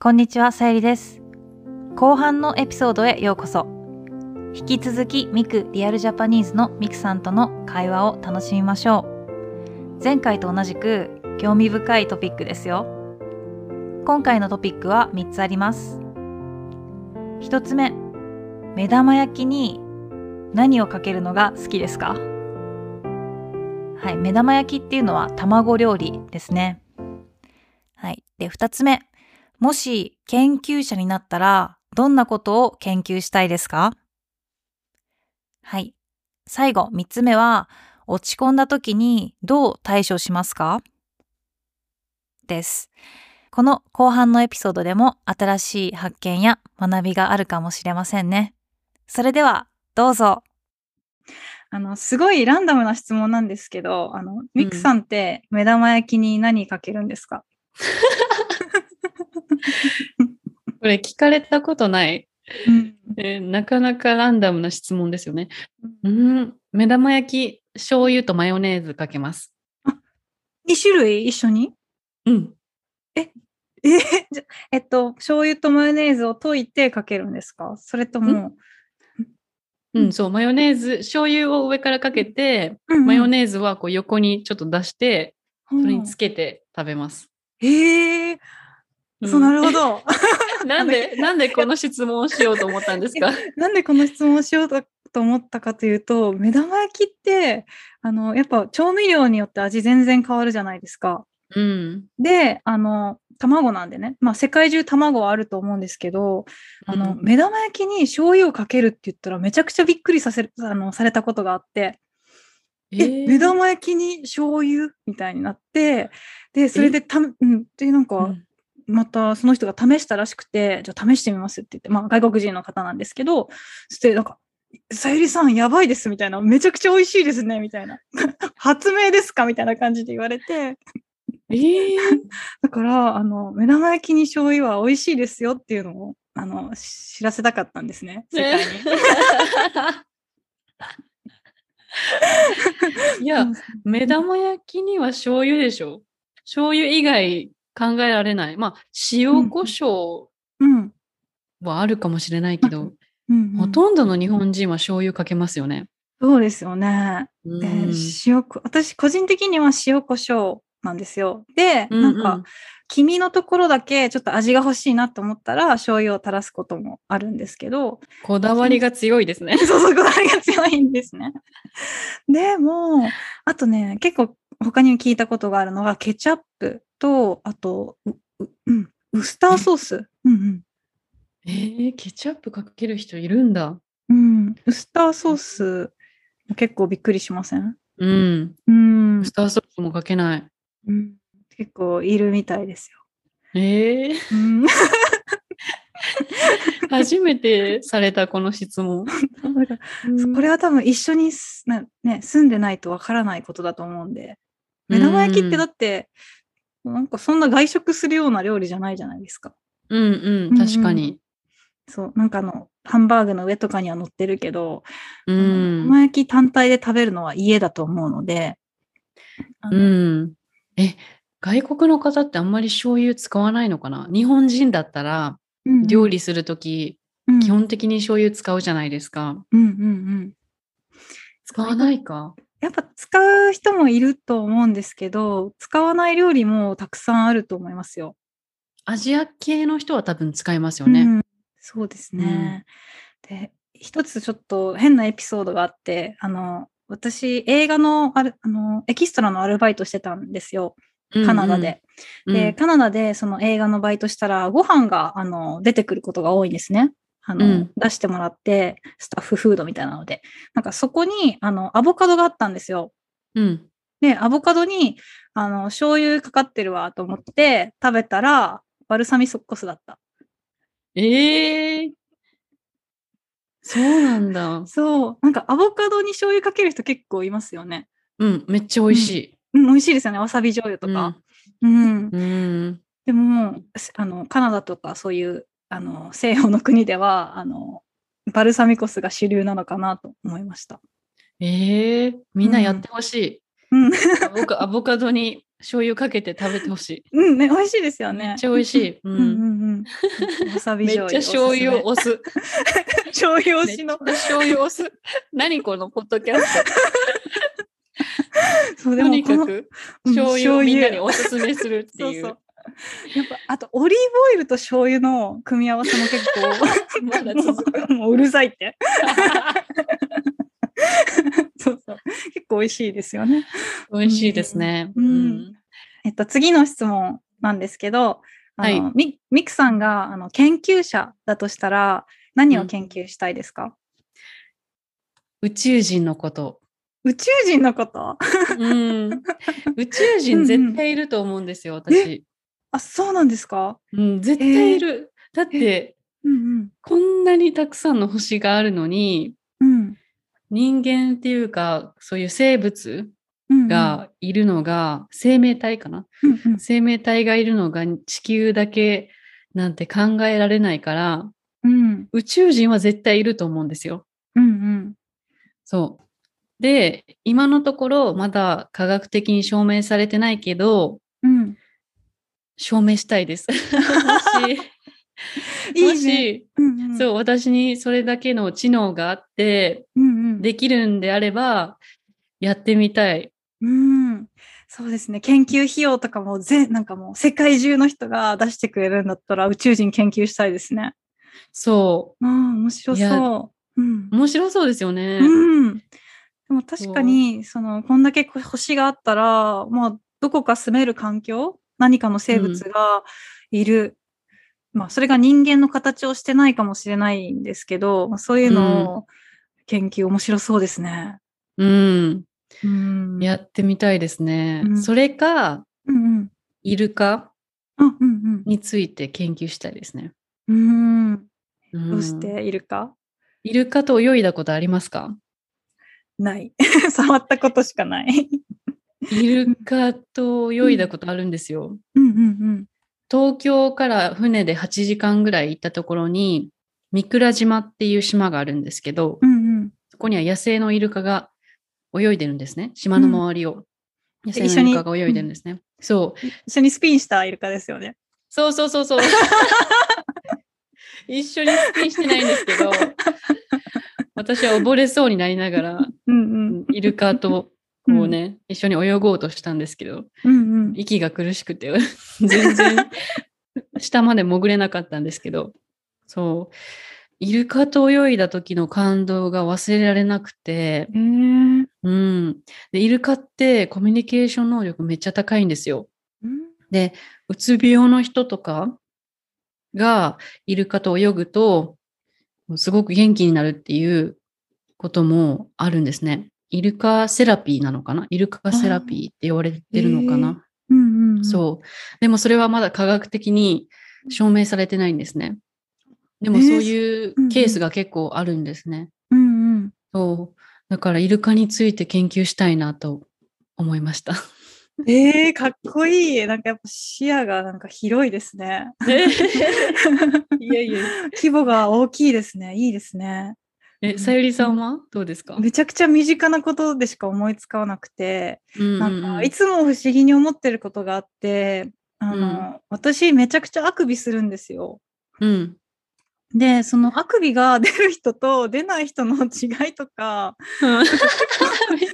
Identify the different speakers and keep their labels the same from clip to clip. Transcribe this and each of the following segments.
Speaker 1: こんにちは、さゆりです。後半のエピソードへようこそ。引き続き、ミクリアルジャパニーズのミクさんとの会話を楽しみましょう。前回と同じく、興味深いトピックですよ。今回のトピックは3つあります。1つ目、目玉焼きに何をかけるのが好きですかはい、目玉焼きっていうのは卵料理ですね。はい。で、2つ目、もし研究者になったら、どんなことを研究したいですかはい。最後、三つ目は、落ち込んだ時にどう対処しますかです。この後半のエピソードでも新しい発見や学びがあるかもしれませんね。それでは、どうぞ。
Speaker 2: あの、すごいランダムな質問なんですけど、あの、ミクさんって目玉焼きに何かけるんですか、
Speaker 3: うんこれ聞かれたことない、えー、なかなかランダムな質問ですよね。うん、目玉焼き、醤油とマヨネーズかけます。
Speaker 2: 2種類一緒に
Speaker 3: うん。
Speaker 2: え、え、じゃえっと、醤油とマヨネーズを溶いてかけるんですかそれとも。
Speaker 3: うん、うん、そう、マヨネーズ、醤油を上からかけて、うんうん、マヨネーズはこう横にちょっと出して、それにつけて食べます。
Speaker 2: うん、えーうん、そう、なるほど。
Speaker 3: なんで、なんでこの質問をしようと思ったんです か
Speaker 2: なんでこの質問をしようと思ったかというと、目玉焼きって、あの、やっぱ調味料によって味全然変わるじゃないですか。
Speaker 3: うん。
Speaker 2: で、あの、卵なんでね。まあ、世界中卵はあると思うんですけど、あの、うん、目玉焼きに醤油をかけるって言ったらめちゃくちゃびっくりさせる、あの、されたことがあって、えー、目玉焼きに醤油みたいになって、で、それでた、うん、で、なんか、うんまたその人が試したらしくて、じゃあ試してみますって言って、まあ外国人の方なんですけど、そしてなんか、さゆりさんやばいですみたいな、めちゃくちゃ美味しいですねみたいな、 発明ですかみたいな感じで言われて、
Speaker 3: えー、
Speaker 2: だから、あの、目玉焼きに醤油は美味しいですよっていうのを、あの、知らせたかったんですね、世界に。
Speaker 3: いや、目玉焼きには醤油でしょ醤油以外考えられない。まあ、塩コショウはあるかもしれないけど、ほとんどの日本人は醤油かけますよね。
Speaker 2: そうですよね。うん、で塩私、個人的には塩コショウなんですよ。で、うんうん、なんか、黄身のところだけちょっと味が欲しいなと思ったら、醤油を垂らすこともあるんですけど。
Speaker 3: こだわりが強いですね。
Speaker 2: そうそう、こだわりが強いんですね。 でも、あとね、結構他に聞いたことがあるのが、ケチャップと、あと、うん、ウスターソース。うんうん、
Speaker 3: えー、ケチャップかける人いるんだ。
Speaker 2: うん、ウスターソース、結構びっくりしません
Speaker 3: うん。
Speaker 2: うん、
Speaker 3: ウスターソースもかけない。
Speaker 2: うん、結構いるみたいですよ。
Speaker 3: えー、 うん、初めてされたこの質 問。
Speaker 2: これは多分一緒にね、住んでないとわからないことだと思うんで。目玉焼きってだって、なんかそんな外食するような料理じゃないじゃないですか。
Speaker 3: うんうん、確かに。うんうん、
Speaker 2: そう、なんかあの、ハンバーグの上とかには乗ってるけど、
Speaker 3: うん。
Speaker 2: 玉焼き単体で食べるのは家だと思うので。
Speaker 3: のうん。え、外国の方ってあんまり醤油使わないのかな日本人だったら、料理する時、うん、基本的に醤油使うじゃないですか。
Speaker 2: うんうんうん。
Speaker 3: 使わないか。
Speaker 2: やっぱ使う人もいると思うんですけど、使わない料理もたくさんあると思いますよ。
Speaker 3: アジア系の人は多分使いますよね。うん、
Speaker 2: そうですね。うん、で、一つちょっと変なエピソードがあって、あの、私、映画のあるあのエキストラのアルバイトしてたんですよ。カナダで。うんうん、で、カナダでその映画のバイトしたら、ご飯があの出てくることが多いんですね。あの、うん、出してもらって、スタッフフードみたいなので。なんかそこに、あの、アボカドがあったんですよ。
Speaker 3: うん。
Speaker 2: で、アボカドに、あの、醤油かかってるわと思って食べたら、バルサミソッコスだった。
Speaker 3: ええー、そうなんだ。
Speaker 2: そう。なんかアボカドに醤油かける人結構いますよね。
Speaker 3: うん、めっちゃ美味しい。
Speaker 2: うん、うん、美味しいですよね。わさび醤油とか。うん。うん、うんでも、あの、カナダとかそういうあの西洋の国ではあのバルサミコ酢が主流なのかなと思いました。
Speaker 3: えー、みんなやってほしい。うん、うん、アボカドに醤油かけて食べてほしい。
Speaker 2: うんね、美味しいですよ ね。
Speaker 3: めっちゃ美味しい。う
Speaker 2: うんんうんうん。わさび
Speaker 3: めっちゃ
Speaker 2: 醤油。
Speaker 3: 醤油を
Speaker 2: お
Speaker 3: 押 す。
Speaker 2: すすめ。醤油推し
Speaker 3: めっ
Speaker 2: の
Speaker 3: ち。ゃ醤油を押 す。何このポッドキャス
Speaker 2: そう
Speaker 3: ト。
Speaker 2: でも
Speaker 3: とに
Speaker 2: こ
Speaker 3: か
Speaker 2: の
Speaker 3: く
Speaker 2: うん
Speaker 3: 醤油をみんなに
Speaker 2: 醤
Speaker 3: おすすめするっていう。
Speaker 2: そうそうやっぱあとオリーブオイルと醤油の組み合わせも結構
Speaker 3: まだ続く。
Speaker 2: もうもううるさいってそうそう結構美味しいですよね。
Speaker 3: 美味しいですね。
Speaker 2: うんえっと、次の質問なんですけど、あの
Speaker 3: は
Speaker 2: みミクさんがあの研究者だとしたら何を研究したいですか、
Speaker 3: 宇宙人のこと。
Speaker 2: 宇宙人のこと
Speaker 3: うん、宇宙人絶対いると思うんですよ、私。
Speaker 2: あそうなんですか、
Speaker 3: うん、絶対いる。だって、
Speaker 2: うん
Speaker 3: こんなにたくさんの星があるのに、
Speaker 2: うんうん
Speaker 3: 人間っていうか、そういう生物
Speaker 2: うんうん、
Speaker 3: がいるのが、生命体かな
Speaker 2: うんうん、
Speaker 3: 生命体がいるのが地球だけなんて考えられないから、
Speaker 2: うん
Speaker 3: 宇宙人は絶対いると思うんですよ。
Speaker 2: うんうん
Speaker 3: そう。で、今のところまだ科学的に証明されてないけど、
Speaker 2: うん、
Speaker 3: 証明したい です。もし、
Speaker 2: い
Speaker 3: も
Speaker 2: いね。
Speaker 3: し、
Speaker 2: うんうん、
Speaker 3: そう、私にそれだけの知能があって、
Speaker 2: うんうん
Speaker 3: できるんであれば、やってみたい。
Speaker 2: うん、そうですね研究費用とかもぜなんかもう世界中の人が出してくれるんだったら宇宙人研究したいですね。
Speaker 3: そ
Speaker 2: ああ面白
Speaker 3: いや
Speaker 2: そう。うん
Speaker 3: う。面白そうですよね。
Speaker 2: うん、でも確かにそのこんだけこ星があったら、まあ、どこか住める環境何かの生物がいる、まあ、それが人間の形をしてないかもしれないんですけど、まあ、そういうのを研究面白そうですね。
Speaker 3: うん。
Speaker 2: うん、
Speaker 3: やってみたいですね。
Speaker 2: うん
Speaker 3: それか、
Speaker 2: うんうん
Speaker 3: イルカ
Speaker 2: あうんうん
Speaker 3: について研究したいですね。
Speaker 2: うん、
Speaker 3: うん
Speaker 2: どうしているか、
Speaker 3: イルカと泳いだことありま すか
Speaker 2: ない。 触ったことしかない。
Speaker 3: イルカと泳いだことあるんですよ。
Speaker 2: うんうん
Speaker 3: 東京から船で8時間ぐらい行ったところに、三倉島っていう島があるんですけど、
Speaker 2: うん。うん
Speaker 3: そこには野生のイルカが泳いでるんですね。島の周りを。野生
Speaker 2: 一緒
Speaker 3: のイ
Speaker 2: に
Speaker 3: ルカが泳いでるんですね。そう。
Speaker 2: 一緒にスピンしたイルカですよね。
Speaker 3: そうそうそ うそう。一緒にスピンしてないんですけど、私は溺れそうになりながら、
Speaker 2: うん
Speaker 3: イルカとこうね、一緒に泳ごうとしたんですけど、
Speaker 2: うん。うんうん。
Speaker 3: 息が苦しくて、 全然下まで潜れなかったんですけど、そう。イルカと泳いだ時の感動が忘れられなくて、
Speaker 2: えー
Speaker 3: うん。で、イルカってコミュニケーション能力めっちゃ高いんですよ。
Speaker 2: うん
Speaker 3: で、うつ病の人とかがイルカと泳ぐと、すごく元気になるっていうこともあるんですね。イルカセラピーなのかなイルカセラピーって言われてるのかな、
Speaker 2: うんうん。
Speaker 3: そう。でもそれはまだ科学的に証明されてないんですね。でもそういう
Speaker 2: うんうん
Speaker 3: ケースが結構あるんですね。
Speaker 2: うん。うんうん。
Speaker 3: そう。だからイルカについて研究したいなと思いました。
Speaker 2: えー、かっこいい。なんかやっぱ視野がなんか広いですね。
Speaker 3: いやいや。
Speaker 2: 規模が大きいですね。いいですね。
Speaker 3: え、さゆりさんはどうですか、
Speaker 2: めちゃくちゃ身近なことでしか思いつかなくて。
Speaker 3: うん
Speaker 2: なんかいつも不思議に思ってることがあって、あの、私めちゃくちゃあくびするんですよ。
Speaker 3: うん。
Speaker 2: で、そのあくびが出る人と出ない人の違いとか、
Speaker 3: うんめっ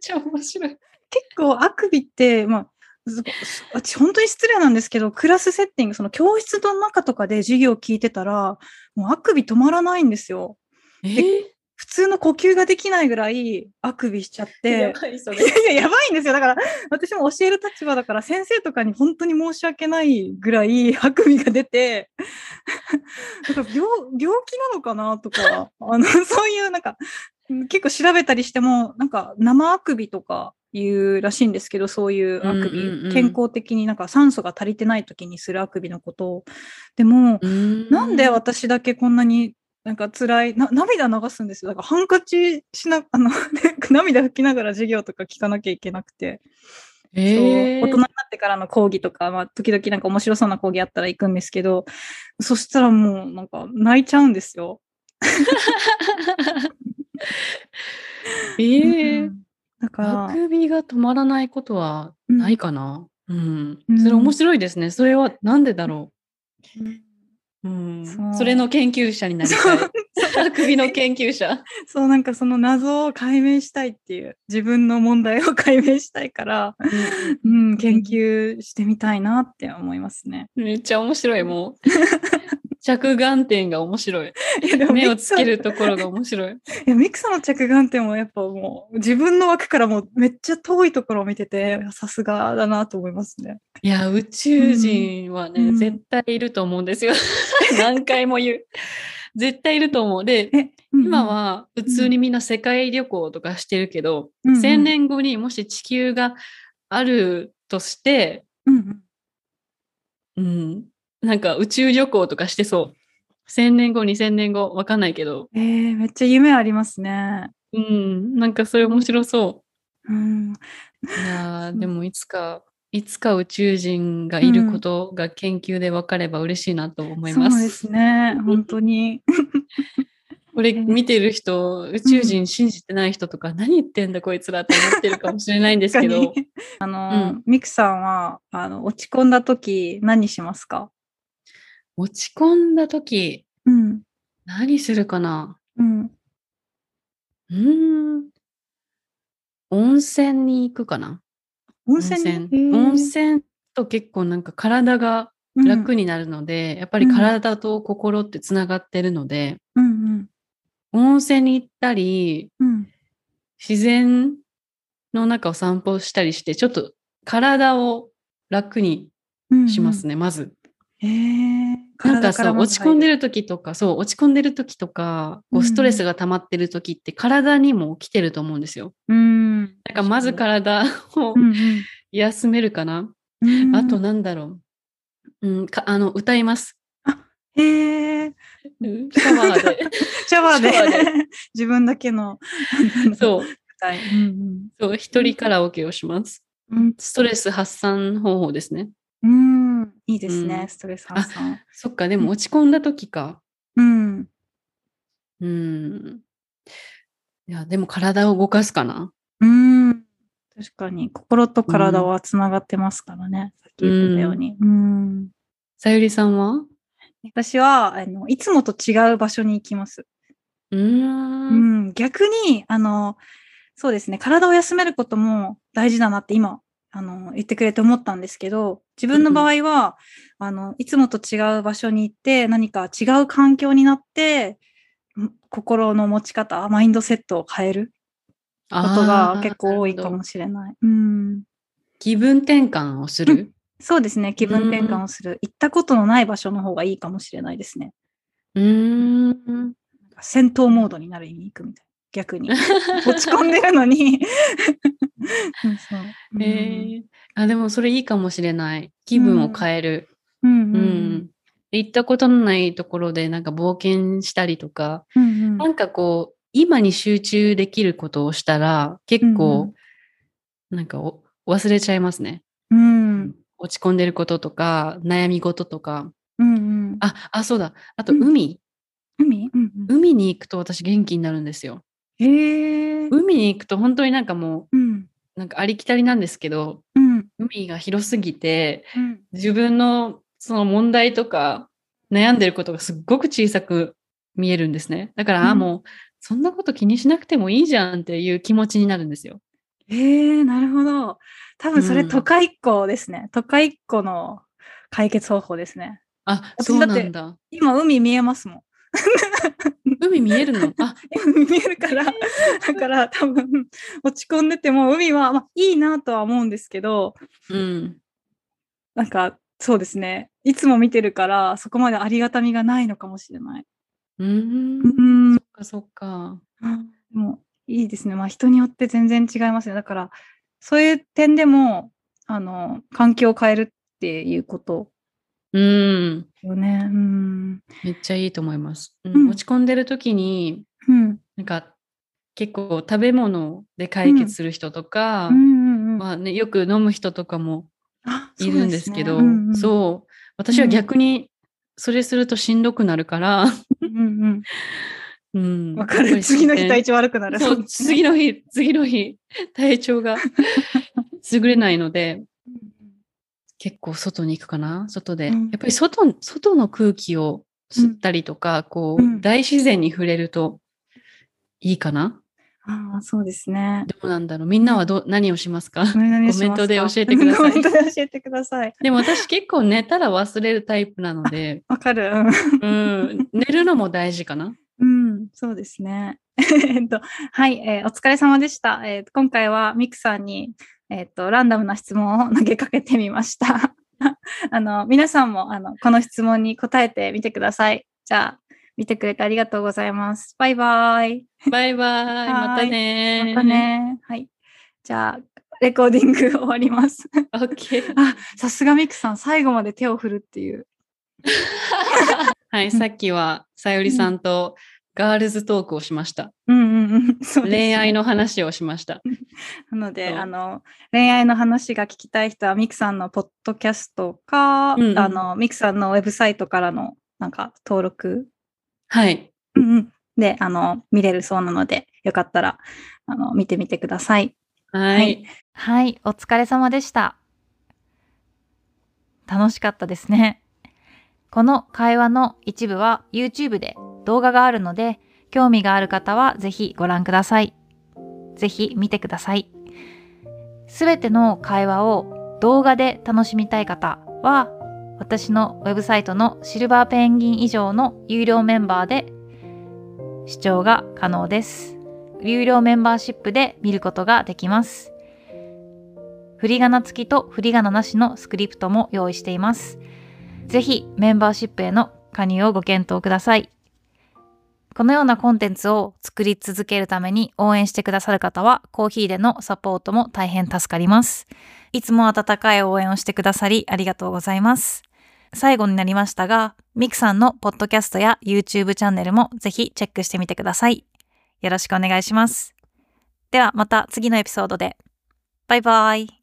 Speaker 3: ちゃ面白い。
Speaker 2: 結構あくびって、まあ、ずす私本当に失礼なんですけど、クラスセッティング、その教室の中とかで授業を聞いてたら、もうあくび止まらないんですよ。
Speaker 3: え
Speaker 2: 普通の呼吸ができないぐらいあくびしちゃって。
Speaker 3: ばいそ
Speaker 2: い。やいや、やばいんですよ。だから、私も教える立場だから、先生とかに本当に申し訳ないぐらい、あくびが出て、だから病、病気なのかなとか、あの、そういう、なんか、結構調べたりしても、なんか、生あくびとかいうらしいんですけど、そういうあくび、
Speaker 3: うんうんうん
Speaker 2: 健康的になんか酸素が足りてない時にするあくびのことを。でも、なんで私だけこんなになんか辛いな涙流すんですよ。だからハンカチしなあ の涙拭きながら授業とか聞かなきゃいけなくて、
Speaker 3: えー、
Speaker 2: そう大人になってからの講義とか、まあ、時々なんか面白そうな講義あったら行くんですけどそしたらもうなんか泣いちゃうんですよ。
Speaker 3: えー
Speaker 2: うんだか
Speaker 3: あ
Speaker 2: ら
Speaker 3: くびが止まらないことはないかな、うん。それ面白いですね。それはなんでだろう。うん。
Speaker 2: そう
Speaker 3: それの研究者になりた い。首の研究者。
Speaker 2: そうなんかその謎を解明したいっていう自分の問題を解明したいから、うん、研究してみたいなって思いますね。
Speaker 3: めっちゃ面白 い、もう。着眼点が面白い。
Speaker 2: いやでも
Speaker 3: 目をつける
Speaker 2: ミク
Speaker 3: ところが面白い。
Speaker 2: さんいやミクさんの着眼点もやっぱもう自分の枠からもうめっちゃ遠いところを見ててさすがだなと思いますね。
Speaker 3: いや、宇宙人はね、
Speaker 2: うん
Speaker 3: 絶対いると思うんで すよ。何回も言う。絶対いると思う。で、
Speaker 2: え
Speaker 3: 今、は普通にみんな世界旅行とかしてるけど、
Speaker 2: うんうん
Speaker 3: 1000年後にもし地球があるとして、
Speaker 2: うんうん
Speaker 3: うん、なんか宇宙旅行とかしてそう。1000年後、2000年後、わかんないけど、
Speaker 2: えーめっちゃ夢ありますね。
Speaker 3: うん、なんかそれ面白そ
Speaker 2: うん、
Speaker 3: う。いや
Speaker 2: そう
Speaker 3: ーでもいつか、いつか宇宙人がいることが研究で分かれば嬉しいなと思い
Speaker 2: そ
Speaker 3: ま
Speaker 2: う
Speaker 3: す。
Speaker 2: ですね本当に。
Speaker 3: これ見てる人、宇宙人信じてない人とか、何言ってんだこいつらって思ってるかもしれないんですけど
Speaker 2: 確、かにあの、ミクさんはあの落ち込んだ時何しますか？
Speaker 3: 落ち込んだ時、
Speaker 2: うん
Speaker 3: 何するかな
Speaker 2: うん。
Speaker 3: うーん。温泉に行くかな
Speaker 2: 温泉にへー
Speaker 3: 温泉と結構なんか体が楽になるので、やっぱり体と心ってつながってるので、
Speaker 2: うんうん
Speaker 3: 温泉に行ったり、
Speaker 2: うん
Speaker 3: 自然の中を散歩したりして、ちょっと体を楽に
Speaker 2: うん
Speaker 3: しますね、まず。
Speaker 2: うん。へえ。
Speaker 3: なんかそう、落ち込んで
Speaker 2: る。
Speaker 3: る時とか、そう、落ち込んでる時とか、こ
Speaker 2: うん
Speaker 3: うストレスが溜まってる時って体にも起きてると思うんですよ。
Speaker 2: うん。
Speaker 3: なんかまず体を
Speaker 2: うん
Speaker 3: 休めるかな。
Speaker 2: うん。
Speaker 3: あとなんだろう。うん、か、あの、歌います。
Speaker 2: へえ。
Speaker 3: うんシャワー で。
Speaker 2: シャワーで
Speaker 3: シャワー
Speaker 2: 自分だけのう
Speaker 3: そう、
Speaker 2: 歌い。 うん
Speaker 3: そう、一人カラオケをします。
Speaker 2: うん
Speaker 3: ストレス発散方法ですね。
Speaker 2: うん。うん。いいですね、
Speaker 3: うん
Speaker 2: ストレス発散。
Speaker 3: そっか、でも落ち込んだ時か。
Speaker 2: うん。
Speaker 3: うん。いや、でも体を動かすかな。
Speaker 2: うん。確かに心と体はつながってますからね。さっき言ってたように。うん。
Speaker 3: さゆりさんは
Speaker 2: 私はあのいつもと違う場所に行きます。
Speaker 3: う
Speaker 2: う
Speaker 3: ーん。
Speaker 2: ん、逆に、あの、そうですね、体を休めることも大事だなって今、あの、言ってくれて思ったんですけど、自分の場合は、あの、いつもと違う場所に行って、何か違う環境になって、ん心の持ち方、マインドセットを変えるこ
Speaker 3: あ
Speaker 2: とが結構多い
Speaker 3: と
Speaker 2: か
Speaker 3: 思う
Speaker 2: もしれない。うん。
Speaker 3: 気分転換をする。
Speaker 2: そうですね、気分転換をする。行ったことのない場所の方がいいかもしれないですね。
Speaker 3: うーん。
Speaker 2: なんか戦闘モードになる意味行くみたいな。逆 に。落ち込んでるの に。そうそううん
Speaker 3: えーあでもそれいいかもしれない。気分を変える。
Speaker 2: うん
Speaker 3: うん。行ったことのないところでなんか冒険したりとか、
Speaker 2: うんうん
Speaker 3: なんかこう、今に集中できることをしたら、結構、なんかお忘れちゃいますね。
Speaker 2: うん
Speaker 3: 落ち込んでることとか、悩み事とか。
Speaker 2: うんうん
Speaker 3: あ、あ、そうだ。あと
Speaker 2: うん
Speaker 3: 海。
Speaker 2: 海うんうん
Speaker 3: 海に行くと私元気になるんですよ。
Speaker 2: へえ
Speaker 3: 海に行くと本当になんかも
Speaker 2: うん
Speaker 3: う、なんかありきたりなんですけど、
Speaker 2: うん
Speaker 3: 海が広すぎて、
Speaker 2: うん
Speaker 3: 自分のその問題とか悩んでることがすっごく小さく見えるんですね。だから、あ
Speaker 2: うん
Speaker 3: もうそんなこと気にしなくてもいいじゃんっていう気持ちになるんですよ。
Speaker 2: へえなるほど多分それ
Speaker 3: うん
Speaker 2: 都会っ子ですね都会っ子の解決方法ですね
Speaker 3: あ、
Speaker 2: 私
Speaker 3: そう
Speaker 2: だっ
Speaker 3: な
Speaker 2: て
Speaker 3: んだ。
Speaker 2: 今海見えますもん
Speaker 3: 海見え るのあ、
Speaker 2: 海見えるからだから多分落ち込んでても海は、まあ、いいなとは思うんですけど
Speaker 3: うん。
Speaker 2: なんかそうですねいつも見てるからそこまでありがたみがないのかもしれないう
Speaker 3: ー
Speaker 2: ん
Speaker 3: ん。そっかそっか。
Speaker 2: でもいいですね。まあ人によって全然違いますね。だからそういう点でもあの環境を変えるっていうこと
Speaker 3: うん。
Speaker 2: よね。うん。
Speaker 3: めっちゃいいと思います。うん
Speaker 2: うん
Speaker 3: 落ち込んでる時に、
Speaker 2: うん。
Speaker 3: なんか結構食べ物で解決する人とか、
Speaker 2: うんうんうん。
Speaker 3: まあね、よく飲む人とかも
Speaker 2: あ
Speaker 3: いるんですけど、
Speaker 2: そ
Speaker 3: そう,、
Speaker 2: うなんですね
Speaker 3: 私は逆にそれするとしんどくなるから、
Speaker 2: うんうんうん
Speaker 3: うん。
Speaker 2: わかる。次の日体調悪くなる。
Speaker 3: そう、次 の日、次の日、体調が優れないので、
Speaker 2: うん
Speaker 3: 結構外に行くかな外で、
Speaker 2: うん
Speaker 3: やっぱり外外の空気を吸ったりとか、こう、
Speaker 2: うん
Speaker 3: 大自然に触れるといいかな
Speaker 2: ああ、そうですね。
Speaker 3: どうなんだろうみんなはどう何をしますか
Speaker 2: コメ
Speaker 3: コメントで教えてください
Speaker 2: コメントで教えてください。
Speaker 3: でも私結構寝たら忘れるタイプなので、
Speaker 2: わかる。うん
Speaker 3: うん、寝るのも大事かな。
Speaker 2: うん、そうですね。 えっと、はい、えーお疲れ様でした。えー今回はミクさんに、えっと、ランダムな質問を投げかけてみました。 あの、皆さんも、あの、この質問に答えてみてください。じゃあ、見てくれてありがとうございます。バイバイ。
Speaker 3: バイバイ、またね
Speaker 2: また。ね。はい。じゃあ、レコーディング終わります。
Speaker 3: オッケー。
Speaker 2: あ、さすがミクさん、最後まで手を振るっていう。
Speaker 3: はい、さっきはさゆりさんとガールズトークをしました。
Speaker 2: うんうんうん。そうですね
Speaker 3: 恋愛の話をしました。
Speaker 2: なので、
Speaker 3: そう
Speaker 2: あの、恋愛の話が聞きたい人は、ミクさんのポッドキャストか、
Speaker 3: うんうん
Speaker 2: あの、ミクさんのウェブサイトからの、なんか、登録、
Speaker 3: はい。
Speaker 2: うんうんで、あの、見れるそうなので、よかったら、あの、見てみてください。
Speaker 3: は
Speaker 2: はいい。
Speaker 1: はい、お疲れ様でした。楽しかったですね。この会話の一部は YouTube で動画があるので、興味がある方はぜひご覧ください。ぜひ見てください。すべての会話を動画で楽しみたい方は、私のウェブサイトのシルバーペンギン以上の有料メンバーで視聴が可能です。有料メンバーシップで見ることができます。振り仮名付きと振り仮名なしのスクリプトも用意しています。ぜひメンバーシップへの加入をご検討ください。このようなコンテンツを作り続けるために応援してくださる方はコーヒーでのサポートも大変助かります。いつも温かい応援をしてくださりありがとうございます。最後になりましたが、ミクさんのポッドキャストや YouTube チャンネルもぜひチェックしてみてください。よろしくお願いします。ではまた次のエピソードで。バイバイ。